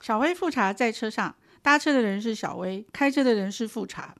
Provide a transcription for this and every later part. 小薇复查在车上，搭车的人是小薇，开车的人是复查。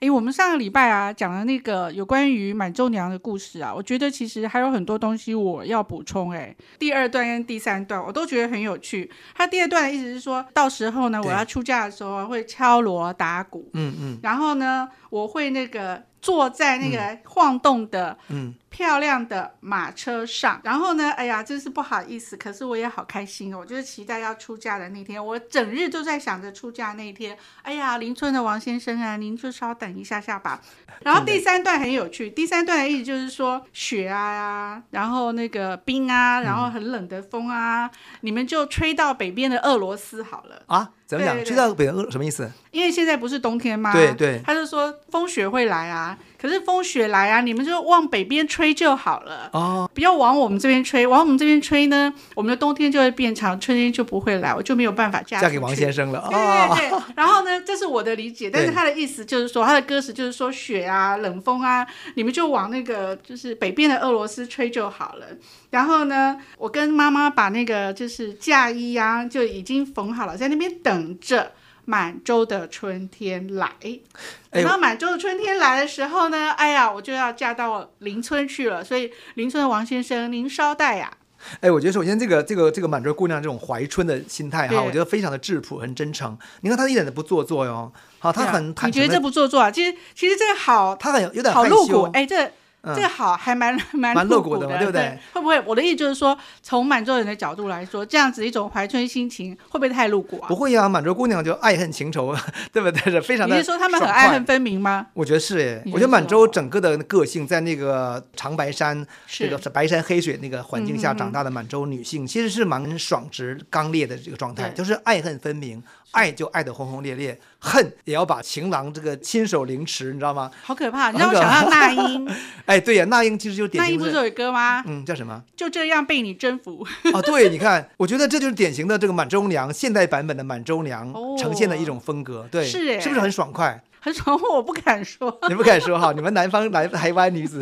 诶，我们上个礼拜啊讲了那个有关于满洲娘的故事啊，我觉得其实还有很多东西我要补充。诶，第二段跟第三段我都觉得很有趣。他第二段的意思是说到时候呢，对我要出嫁的时候啊会敲锣打鼓，嗯嗯然后呢，我会那个坐在那个晃动的、嗯漂亮的马车上。然后呢，哎呀，真是不好意思，可是我也好开心哦，我就是期待要出嫁的那天，我整日都在想着出嫁那一天。哎呀，邻村的王先生啊，您就稍等一下下吧。然后第三段很有趣，第三段的意思就是说雪啊，然后那个冰啊，然后很冷的风啊，你们就吹到北边的俄罗斯好了。啊，怎么对讲？对吹到北欧什么意思？因为现在不是冬天吗？对对他就说风雪会来啊，可是风雪来啊，你们就往北边吹就好了，哦，不要往我们这边吹。往我们这边吹呢，我们的冬天就会变长，春天就不会来，我就没有办法嫁嫁给王生。先生了对啊！对对，然后呢，这是我的理解，但是对他的意思就是说，他的歌词就是说雪啊、冷风啊，你们就往那个就是北边的俄罗斯吹就好了。然后呢，我跟妈妈把那个就是嫁衣啊，就已经缝好了，在那边等着满洲的春天来。哎等呦到满洲的春天来的时候呢，哎呀，我就要嫁到邻村去了。所以邻村的王先生，您稍待呀、哎，我觉得首先这个这个这个满洲姑娘这种怀春的心态对哈，我觉得非常的质朴，很真诚。你看她一点都不做作哟，好，她对啊哦很坦你觉诚得这的，不做作啊？其实其实这个好她很有有点好害露羞嗯骨，，哎，这这个好还蛮 蛮蛮露骨骨的嘛对对不对？会不会我的意思就是说，从满洲人的角度来说，这样子一种怀春心情会不会太露骨啊不？会呀，满洲姑娘就爱恨情仇， 对不对？是非常你的。是说他们很爱恨？分明吗？我觉得是哎，你我觉觉得得满是洲哦整个的个性在那个长白山这个是，是白山黑水那个环境下嗯嗯嗯长大的满洲女性，其实是蛮爽直、刚烈的这个状态，对就是爱恨分明，爱就爱得轰轰烈烈，恨也要把情郎这个亲手凌迟，你知道吗？好可怕！你让我想到那 英，哎，对呀，那英其实就是典那英型不是的，有一歌吗？嗯，叫什么？就这样被你征服， 啊，对，你看，我觉得这就是典型的这个满洲娘现代版本的满洲娘哦呈现的一种风格，对，是哎是不是很爽快？很爽，我不敢说。你不敢说哈，你们南方来台湾 女子，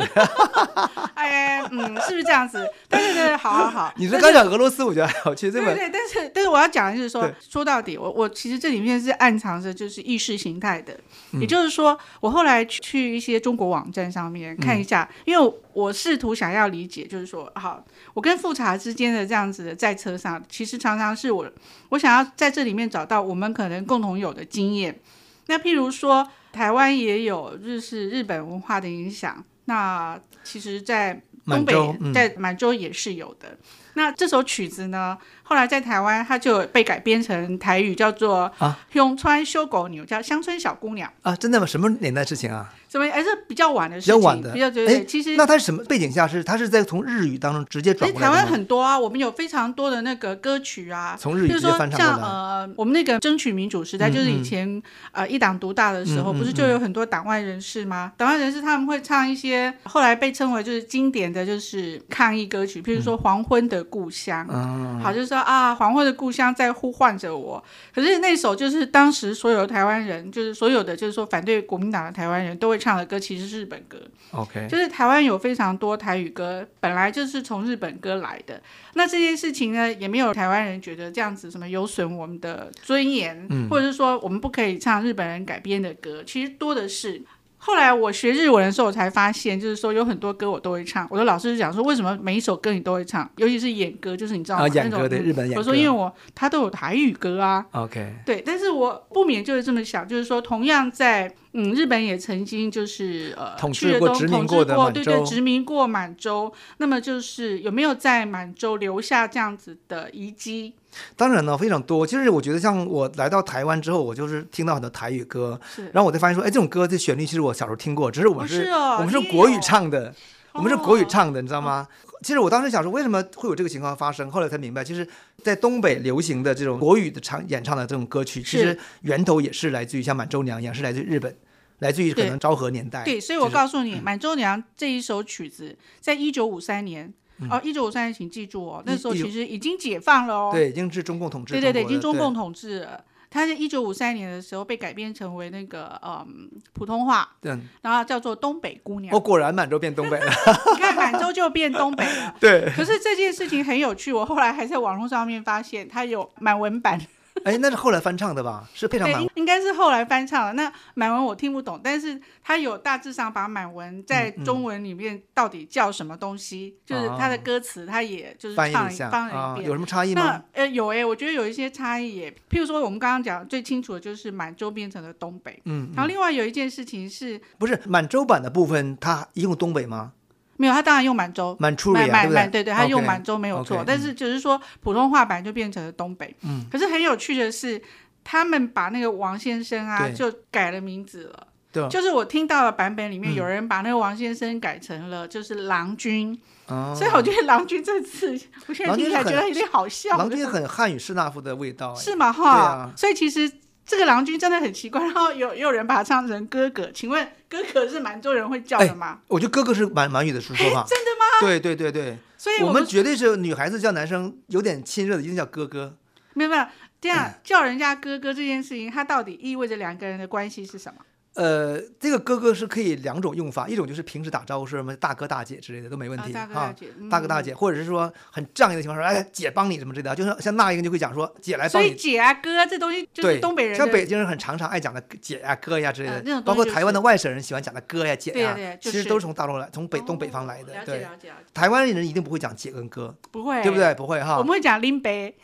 哎，嗯，是不是这样子？但是呢，好好好， 你是刚讲俄罗斯，我觉得还好，其实这对本对，但是但是我要讲的就是说对，说到底，我我其实这里面是暗藏着就是意识形态的，嗯也就是说，我后来去去一些中国网站上面看一嗯下，因为我试图想要理解，就是说，好，我跟复查之间的这样子的在车上，其实常常是我我想要在这里面找到我们可能共同有的经验。那譬如说，台湾也有日式日本文化的影响，那其实，在东满北洲，嗯，在满洲也是有的。那这首曲子呢，后来在台湾它就被改编成台语，叫做啊《永川修狗牛》，叫《乡村小姑娘啊，真的吗？什么年代事情啊？》，什么？哎，这比较晚的事比较情，晚的比较对哎对。其实那它是什么背景下是？它是在从日语当中直接其转实过台来湾的吗？很多啊，我们有非常多的那个歌曲啊，从日比语如直接说翻唱像过来。呃，我们那个争取民主时代，嗯就是嗯以前呃一党独大的时候，嗯嗯不是就有很多党外人士吗？党外人士他们会唱一些后来被称为就是经典的就是抗议歌曲，譬如说《黄昏的故乡》。嗯，好，就是说啊，黄昏的故乡在呼唤着我。可是那首就是当时所有台湾人，就是所有的就是说反对国民党的台湾人都会唱的歌，其实是日本歌。 OK，就是台湾有非常多台语歌，本来就是从日本歌来的。那这件事情呢，也没有台湾人觉得这样子什么有损我们的尊严，嗯或者是说我们不可以唱日本人改编的歌，其实多的是。后来我学日文的时候，我才发现，就是说有很多歌我都会唱。我的老师就讲说，为什么每一首歌你都会唱，尤其是演歌，就是你知道吗？啊，演那种歌嗯对日本演歌。我说因为我他都有台语歌啊， OK，对，但是我不免就是这么想，就是说，同样在嗯，日本也曾经就是呃，统去治了过东殖统民治过的满对洲对，殖民过满洲。那么就是有没有在满洲留下这样子的遗迹？当然呢非常多。就是我觉得像我来到台湾之后，我就是听到很多台语歌，是，然后我才发现说，哎，这种歌的旋律其实我小时候听过，只是我们哦是是哦我们是你也国语有唱的，我们是国语哦唱的，你知道吗？其实我当时想说，为什么会有这个情况发生？后来才明白，其实，在东北流行的这种国语的唱演唱的这种歌曲，其是实源头也是来自于像满洲娘一样，是来自于日本，来自于可对能昭和年代。对，所以就我是嗯告诉你，《满洲娘》这一首曲子，在一九五三年，哦，一九五三年，请记住哦，那嗯一时候一九其实已经解放了哦，对，已经是中共统治对中国对对，的。已经中共统治了。它在一九五三年的时候被改编成为那个嗯普通话，对。然后叫做《东北姑娘》我。果然满洲变东北了。 你看满洲就变东北了。 对，可是这件事情很有趣，我后来还在网络上面发现，它有满文版，哎，那是后来翻唱的吧？是配上对，满应应该是后来翻唱的。那满文我听不懂，但是他有大致上把满文在嗯嗯哦中文里面到底叫什么东西，就是他的歌词，他也就是翻唱译了了一下翻了啊一，遍。有什么差异吗？那呃有诶、我觉得有一些差异耶。譬如说我们刚刚讲最清楚的就是满洲变成了东北，嗯，然后另外有一件事情是不是满洲版的部分，它一共东北吗？没有，他当然用满洲。满处满理啊，对满不满对？对对，他用 OK 满洲没有错 OK，但是只是说普通话版就变成了东北。嗯，可是很有趣的是，他们把那个王先生啊对就改了名字了。对吧，就是我听到的版本里面，嗯有人把那个王先生改成了就是郎君，哦所以我觉得郎君这 次，我现在郎君听起来是觉很得有点好笑，郎君很汉语士大夫的味道，哎是吗？哈、啊所以其实这个郎君真的很奇怪。然后有也有人把它唱成哥哥，请问哥哥是蛮多人会叫的吗？哎我觉得哥哥是满满语的哎说说法，真的吗？对对对对，所以我们们绝对是女孩子叫男生有点亲热的，一定叫哥哥。没有没有这样、嗯叫人家哥哥这件事情，它到底意味着两个人的关系是什么？呃，这个哥哥是可以两种用法，一种就是平时打招呼是什么大哥大姐之类的都没问啊题大哥大哈，姐，大哥大姐。姐，或者是说很仗义的情况下说，哎，姐帮你什么之类的，就是像那英就会讲说姐来所帮以你，姐啊哥这东西就是对，东北人像的北京人很常常爱讲的姐呀哥呀之类啊那的，种包东西括就是台湾的外省人喜欢讲的哥呀姐对呀呀对呀，就其实是都是从大陆来，从北东北哦方来的了，解对。了解了解，台湾人一定不会讲姐跟哥，不会对不？啊对？不会我哈。们会讲林北，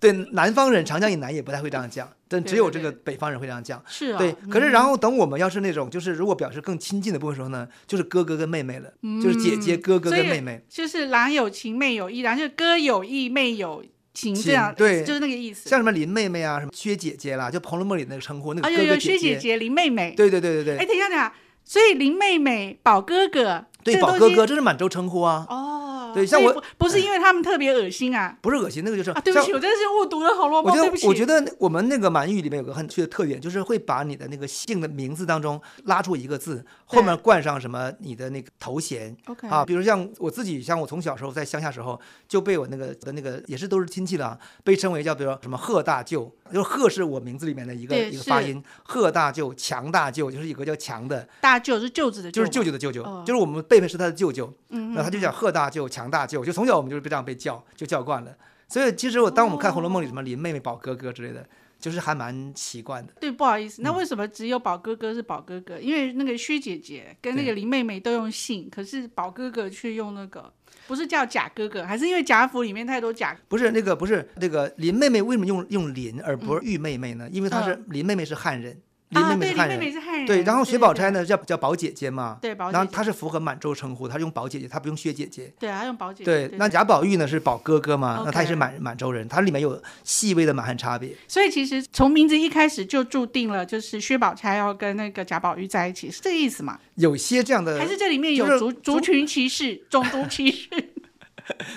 对，南方人长江以南也不太会这样讲，但对只有对这个北方人会这样讲。是啊，对，可是然后等我们要是那种，就是如果表示更亲近的部分时候呢，就是哥哥跟妹妹了，就是姐姐、哥哥所跟以妹妹。嗯就是郎有情妹有意，然后就是哥有意妹有情情这样，对就是那个意思。像什么林妹妹啊，什么薛姐姐啦，就《红楼梦》里那个称呼，那个啊，哥有有哥薛姐。姐、林妹妹。对对对对哎，对，等一下，等一下，所以林妹妹、宝哥哥，对这宝东哥西哥，这是满洲称呼啊，哦，对像所以我不不是因为他们特别恶心啊不是恶心，那个就是。啊！对不像起，我真的是误读了《红楼我梦》，觉对不得，起。我觉得我们那个满语里面有个很有趣的特点，就是会把你的那个姓的名字当中拉出一个字，后面冠上什么你的那个头衔 OK 啊，比如像我自己，像我从小时候在乡下时候就被我那个的那个也是都是亲戚了啊，被称为叫比如说什么贺大舅，就是贺是我名字里面的一个对一个发是音，贺大舅、强大舅就是一个叫强的，大舅是舅子的舅就是嘛，舅舅的舅舅，哦就是我们贝贝是他的舅舅，嗯，嗯然后他就叫贺大舅、强大舅，就从小我们就是被这样被叫，就叫惯了。所以其实我当我们看《红楼梦》里哦什么林妹妹、宝哥哥之类的，就是还蛮奇怪的。对，不好意思，嗯那为什么只有宝哥哥是宝哥哥？因为那个薛姐姐跟那个对林妹妹都用姓，可是宝哥哥却用那个，不是叫贾哥哥，还是因为贾府里面太多贾不是那个，不是那个林妹妹为什么用用林而不是玉妹妹呢？因为她是林妹妹是汉人，林嗯妹啊，对，是林汉妹人，妹是汉人，对。然后薛薛宝钗呢叫叫宝姐姐嘛，对宝姐然后姐，她是符合满洲称呼，她用宝姐姐，她不用薛姐姐。对，啊她用宝姐姐，对，那贾宝玉呢是宝哥哥嘛，那他也是 OK 满满洲人，他里面有细微的满汉差别。所以其实从名字一开始就注定了，就是薛宝钗要跟那个贾宝玉在一起，是这个意思吗？有些这样的还是这里面有呃就是族族群歧视、种族歧视？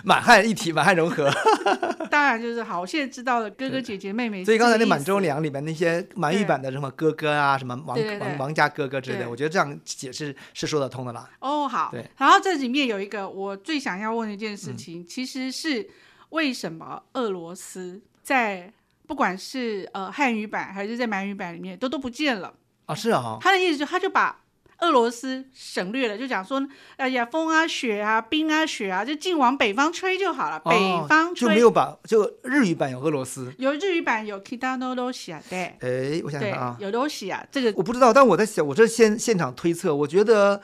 满汉一体、满汉融合， 当然就是好，我现在知道了，哥哥姐姐妹妹，所以刚才那《满周洲娘》里面那些满语版的什么哥哥啊，什么王对对对王王家哥哥之类对的，我觉得这样解释是说得通的啦。哦，好。对嗯然后这里面有一个我最想要问的一件事情，其实是为什么俄罗斯在不管是呃汉语版还是在满语版里面都都不见了？啊，是啊，他的意思就是他就把。俄罗斯省略了，就讲说，哎呀，风啊、雪啊、冰啊、雪啊，就尽往北方吹就好了。哦北方就吹没有把就日语版有俄罗斯，有日语版有 Kitano Russia，对哎，我想想对看啊，，有 Russia 这个我不知道，但我在想，我这现现场推测，我觉得。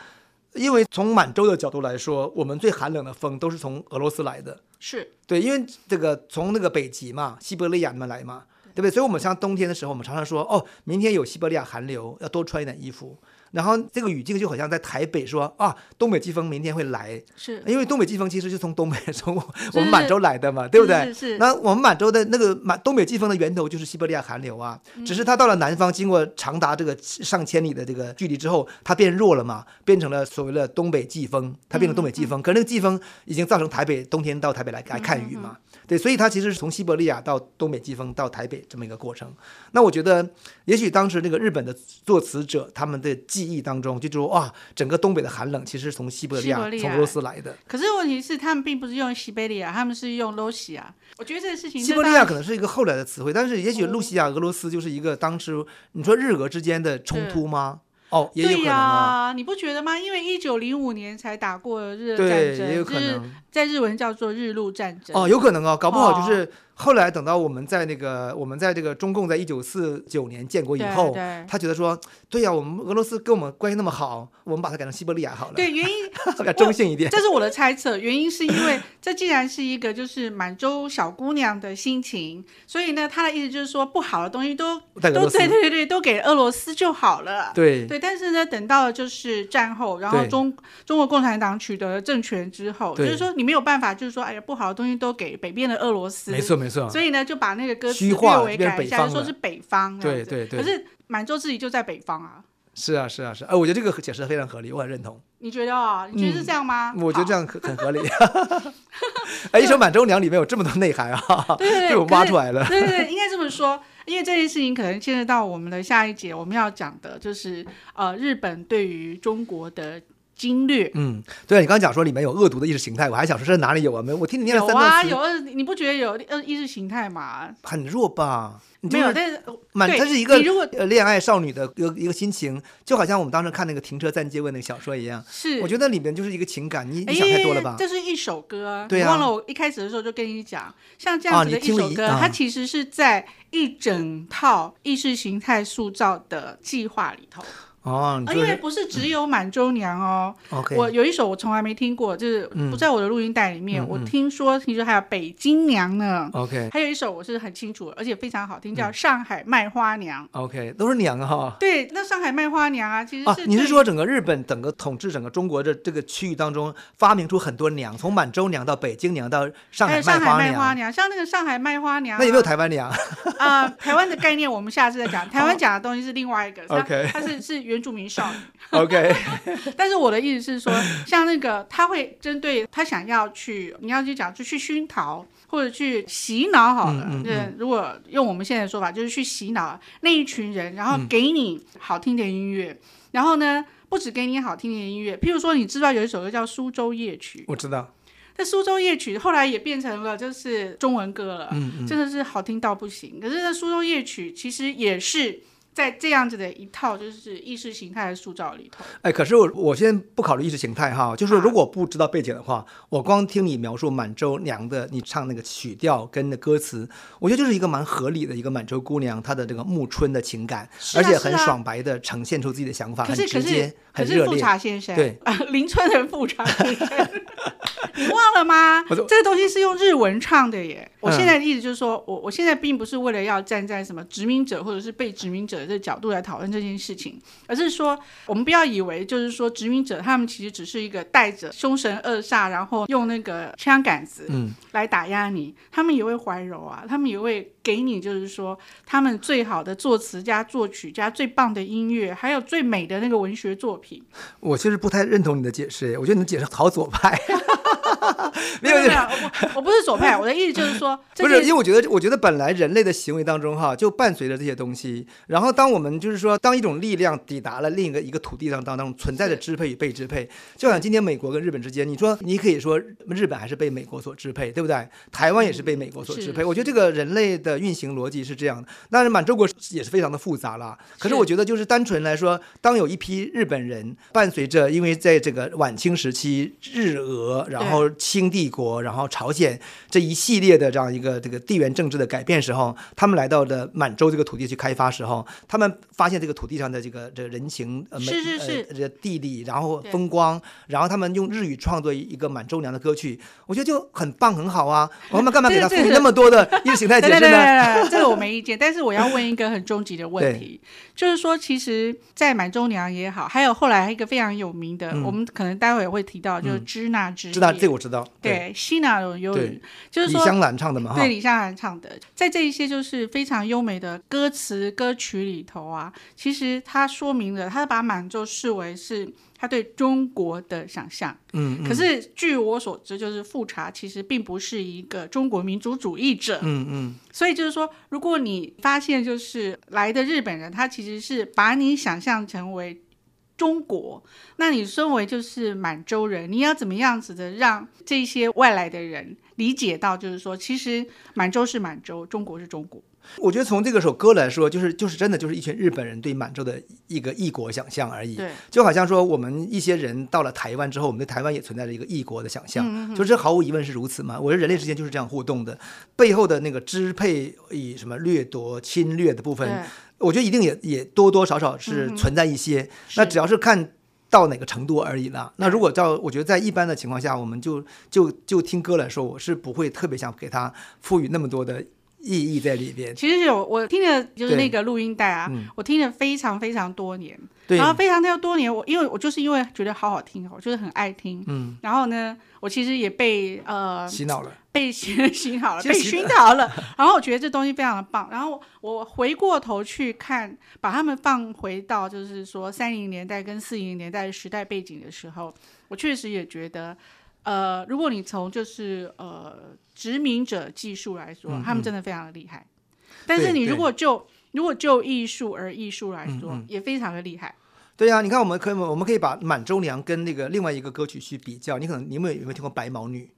因为从满洲的角度来说，我们最寒冷的风都是从俄罗斯来的，是对，因为这个从那个北极嘛，西伯利亚那边来嘛，对不对？所以我们像冬天的时候，我们常常说，哦，明天有西伯利亚寒流，要多穿一点衣服。然后这个语境就好像在台北说啊，东北季风明天会来，是，因为东北季风其实是从东北 从我是我们满洲来的嘛，对不对？是是是那我们满洲的那个满东北季风的源头就是西伯利亚寒流啊，嗯只是它到了南方，经过长达这个上千里的这个距离之后，它变弱了嘛，变成了所谓的东北季风，它变成东北季嗯风。可是那个季风已经造成台北冬天到台北来来看雨嘛，嗯对，所以它其实是从西伯利亚到东北季风到台北这么一个过程。那我觉得，也许当时那个日本的作词者他们的记忆当中就说哇，整个东北的寒冷其实是从西伯利西伯亚利亚从俄罗斯来的。可是问题是他们并不是用西伯利亚，他们是用 Russia。我觉得这个事情西伯利亚可能是一个后来的词汇，但是也许嗯露西亚、俄罗斯就是一个当时你说日俄之间的冲突吗？哦，也有对可能呀、啊，你不觉得吗？因为一九零五年才打过日俄战对，争，也有可就是能在日文叫做日露战争。啊哦，有可能哦，搞不好就是后来等到我们在那个我们在这个中共在一九四九年建国以对后，对他觉得说，对呀、我们俄罗斯跟我们关系那么好，我们把它改成西伯利亚好了，对，原 因比较中性一点。这是我的猜测，原因是因为这既然是一个就是满洲小姑娘的心情，所以呢，他的意思就是说不好的东西都 在俄都罗斯，对对对，都给俄罗斯就好了。对对，但是呢，等到了就是战后，然后对中中国共产党取得了政权之后，就对是说你没有办法，就是说，哎呀，不好的东西都给北边的俄罗斯，没错没错，所以呢，就把那个歌词虚略化了微变成改北一下，就方说了是北方这样对子。对对可，是满洲自己就在北方啊，是啊是啊是啊，哎，我觉得这个解释非常合理，我很认同，你觉得啊、你觉得是这样吗？ 嗯我觉得这样。样很很合理。哎，一首《满洲娘》里面有这么多内涵啊， 对对对，被我可挖是出来了。 对对对，应该这么说，因为这件事情可能牵涉到我们的下一节我们要讲的，就是呃，日本对于中国的经略。嗯，对啊，你刚刚讲说里面有恶毒的意识形态，我还想说这哪里有啊？没，我听你念了有三啊，段词，有二，你不觉得有呃意识形态嘛？很弱吧？你就没有，是但是满，对它是一个你如果呃恋爱少女的一个一个心情，就好像我们当时看那个《停车暂借问》那个小说一样。是我觉得里面就是一个情感，你哎你想太多了吧？这是一首歌，对啊你忘了我一开始的时候就跟你讲，像这样啊子你的一听了首一歌，啊它其实是在一整套意识形态塑造的计划里头，哦，你啊，就因为是不是只有满洲娘哦， OK，嗯我有一首我从来没听过，就是不在我的录音带里面。嗯嗯我听说，听说还有北京娘呢， OK 嗯还有一首我是很清楚，而且非常好听，叫《上海卖花娘》。 OK，都是娘啊哈。对，那上海卖花娘啊，其实是、啊，你是说整个日本整个统治整个中国这这个区域当中，发明出很多娘，从满洲娘到北京娘到上还有海哎上卖海花卖花娘，娘，像那个上海卖花娘啊、那有没有台湾娘啊、台湾的概念我们下次再 讲，台湾讲的东西是另外一个。它 OK 它是是原住民少女， ？OK，但是我的意思是说，像那个他会针对他想要去，你要去讲就去熏陶或者去洗脑好了。嗯嗯嗯对，如果用我们现在的说法，就是去洗脑那一群人，然后嗯给你好听的音乐，然后呢，不止给你好听的音乐，譬如说你知道有一首歌叫《苏州夜曲》，我知道，但《苏州夜曲》后来也变成了就是中文歌了。嗯嗯，真的是好听到不行。可是呢，苏州夜曲其实也是在这样子的一套就是意识形态的塑造里头。哎，可是我我先不考虑意识形态哈，啊就是如果不知道背景的话，我光听你描述满洲娘的你唱那个曲调跟那歌词，我觉得就是一个蛮合理的一个满洲姑娘她的这个暮春的情感，是啊而且是很啊爽白的呈现出自己的想法，可很是可直是接，可很是热富烈。察先生，对啊，林春的富察先生，你忘了吗？我这都个东西是用日文唱的耶。我嗯现在的意思就是说，我我现在并不是为了要站在什么殖民者或者是被殖民者的角度来讨论这件事情，而是说，我们不要以为就是说殖民者他们其实只是一个带着凶神恶煞，然后用那个枪杆子，嗯，来打压你，他们也会怀柔啊，他们也会给你，就是说他们最好的作词家、作曲家、最棒的音乐，还有最美的那个文学作品。我其实不太认同你的解释，我觉得你的解释好左派。没有没有，没有我我不是左派，我的意思就是说，这 不是，件因为我觉得，我觉得本来人类的行为当中哈，就伴随着这些东西。然后，当我们就是说，当一种力量抵达了另一个一个土地上当当中存在着是支配与被支配，就像今天美国跟日本之间，你说你可以说日本还是被美国所支配，对不对？台湾也是被美国所支配。是我觉得这个人类的运行逻辑是这样的。但是满洲国也是非常的复杂啦。可是是我觉得，就是单纯来说，当有一批日本人伴随着，因为在这个晚清时期，日俄，然后清帝国，然后朝鲜这一系列的这样一个这个地缘政治的改变时候，他们来到的满洲这个土地去开发时候，他们发现这个土地上的这个这个人情，呃，美是是是呃，这个地理，然后对风光，然后他们用日语创作一个满洲娘的歌曲，我觉得就很棒，很 好啊。我们干嘛给他赋这个予那么多的意识形态解对对对释呢？对对，这个我没意见，但是我要问一个很终极的问题，就是说，其实，在满洲娘也好，还有后来一个非常有名的，嗯我们可能待会也会提到，就是支那之夜，知道这个我知道，，对希腊的忧郁对，就是李说香兰唱的嘛哈对。李夏涵唱的，在这一些就是非常优美的歌词歌曲里头啊，其实它说明了他把满洲视为是他对中国的想象。嗯，可是据我所知，就是富察其实并不是一个中国民族主义者，嗯嗯，所以就是说，如果你发现就是来的日本人，他其实是把你想象成为。中国，那你身为就是满洲人，你要怎么样子的让这些外来的人理解到，就是说，其实满洲是满洲，中国是中国。我觉得从这个首歌来说，就是就是真的就是一群日本人对满洲的一个异国想象而已。对，就好像说我们一些人到了台湾之后，我们对台湾也存在着一个异国的想象，嗯就这毫无疑问是如此嘛。我觉得人类之间就是这样互动的，背后的那个支配以什么掠夺、侵略的部分，对，嗯我觉得一定也也多多少少是存在一些，那是只要是看到哪个程度而已了。那如果照我觉得在一般的情况下，我们就就就听歌来说，我是不会特别想给它赋予那么多的意义在里边。其实有我听的就是对那个录音带啊，嗯我听了非常非常多年，对，然后非常非常多年，我因为我就是因为觉得好好听，哦我就是很爱听。嗯，然后呢，我其实也被呃洗脑了。被熏熏 好了，其实被洗熏陶了。然后我觉得这东西非常的棒。然后我回过头去看，把他们放回到就是说三零年代跟四零年代的时代背景的时候，我确实也觉得，呃，如果你从就是呃殖民者技术来说，嗯他们真的非常的厉害。但是对你对如果就如果就艺术而艺术来说，嗯嗯也非常的厉害。 对呀、你看我们可以我们可以把满洲娘跟那个另外一个歌曲去比较，你可能你们有没有听过白毛女？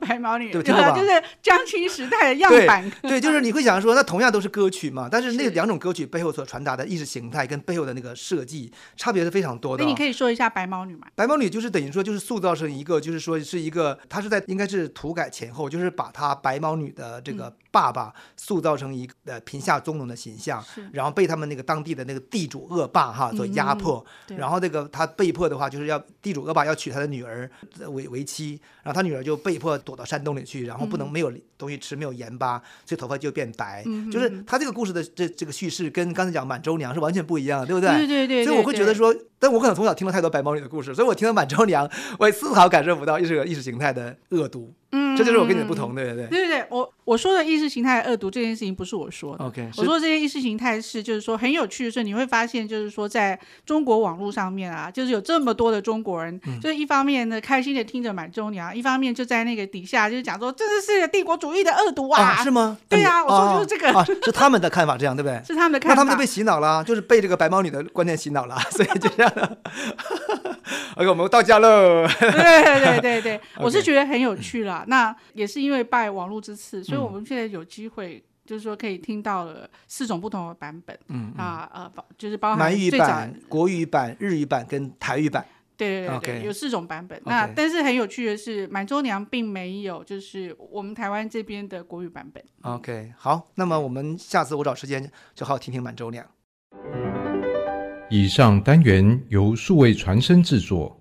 白毛女，对对听过吧？吧就是江青时代的样板。对，就是你会想说，那同样都是歌曲嘛，但是那是两种歌曲背后所传达的意识形态跟背后的那个设计差别是非常多的那啊、你可以说一下白毛女嘛？白毛女就是等于说就是塑造成一个，就是说是一个，她是在应该是土改前后，就是把她白毛女的这嗯个爸爸塑造成一个呃贫下中农的形象，是然后被他们那个当地的那个地主恶霸哈所压迫，嗯对然后那个她被迫的话就是要地主恶霸要娶她的女儿呃为为妻，然后她女儿就被迫躲到山洞里去，然后不能没有东西吃，没有盐巴，所以头发就变白，嗯哎就是她这个故事的这这个叙事跟刚才讲满洲娘是完全不一样的，对不对对对，所以我会觉得对，说，但我可能从小听了太多白毛女的故事，所以我听到满洲娘，我也丝毫感受不到意识意识形态的恶毒，嗯，这就是我跟你的嗯不同，对对对。对对对，我我说的意识形态恶毒这件事情不是我说的。 OK，我说这些意识形态是，就是说很有趣的是，你会发现，就是说在中国网络上面啊，就是有这么多的中国人，嗯就是一方面呢开心的听着满洲娘，一方面就在那个底下就是讲说，这是帝国主义的恶毒啊，啊，是吗？对呀啊，我说就是这个啊，啊是他们的看法这样，对不对？是他们的 那看法。他们就被洗脑了，就是被这个白毛女的观念洗脑了，所以就这样了。OK，我们到家喽。对对对 对，我 OK 嗯是觉得很有趣啦。那也是因为拜网络之赐，所以我们现在有机会，就是说可以听到了四种不同的版本。嗯啊呃，包就是包含满语最早版、国语版、日语版跟台语版。对对对 OK 对，有四种版本。那 OK 但是很有趣的是，满洲娘并没有，就是我们台湾这边的国语版本。 OK，好，那么我们下次我找时间就好好听听满洲娘。以上单元由数位传声制作，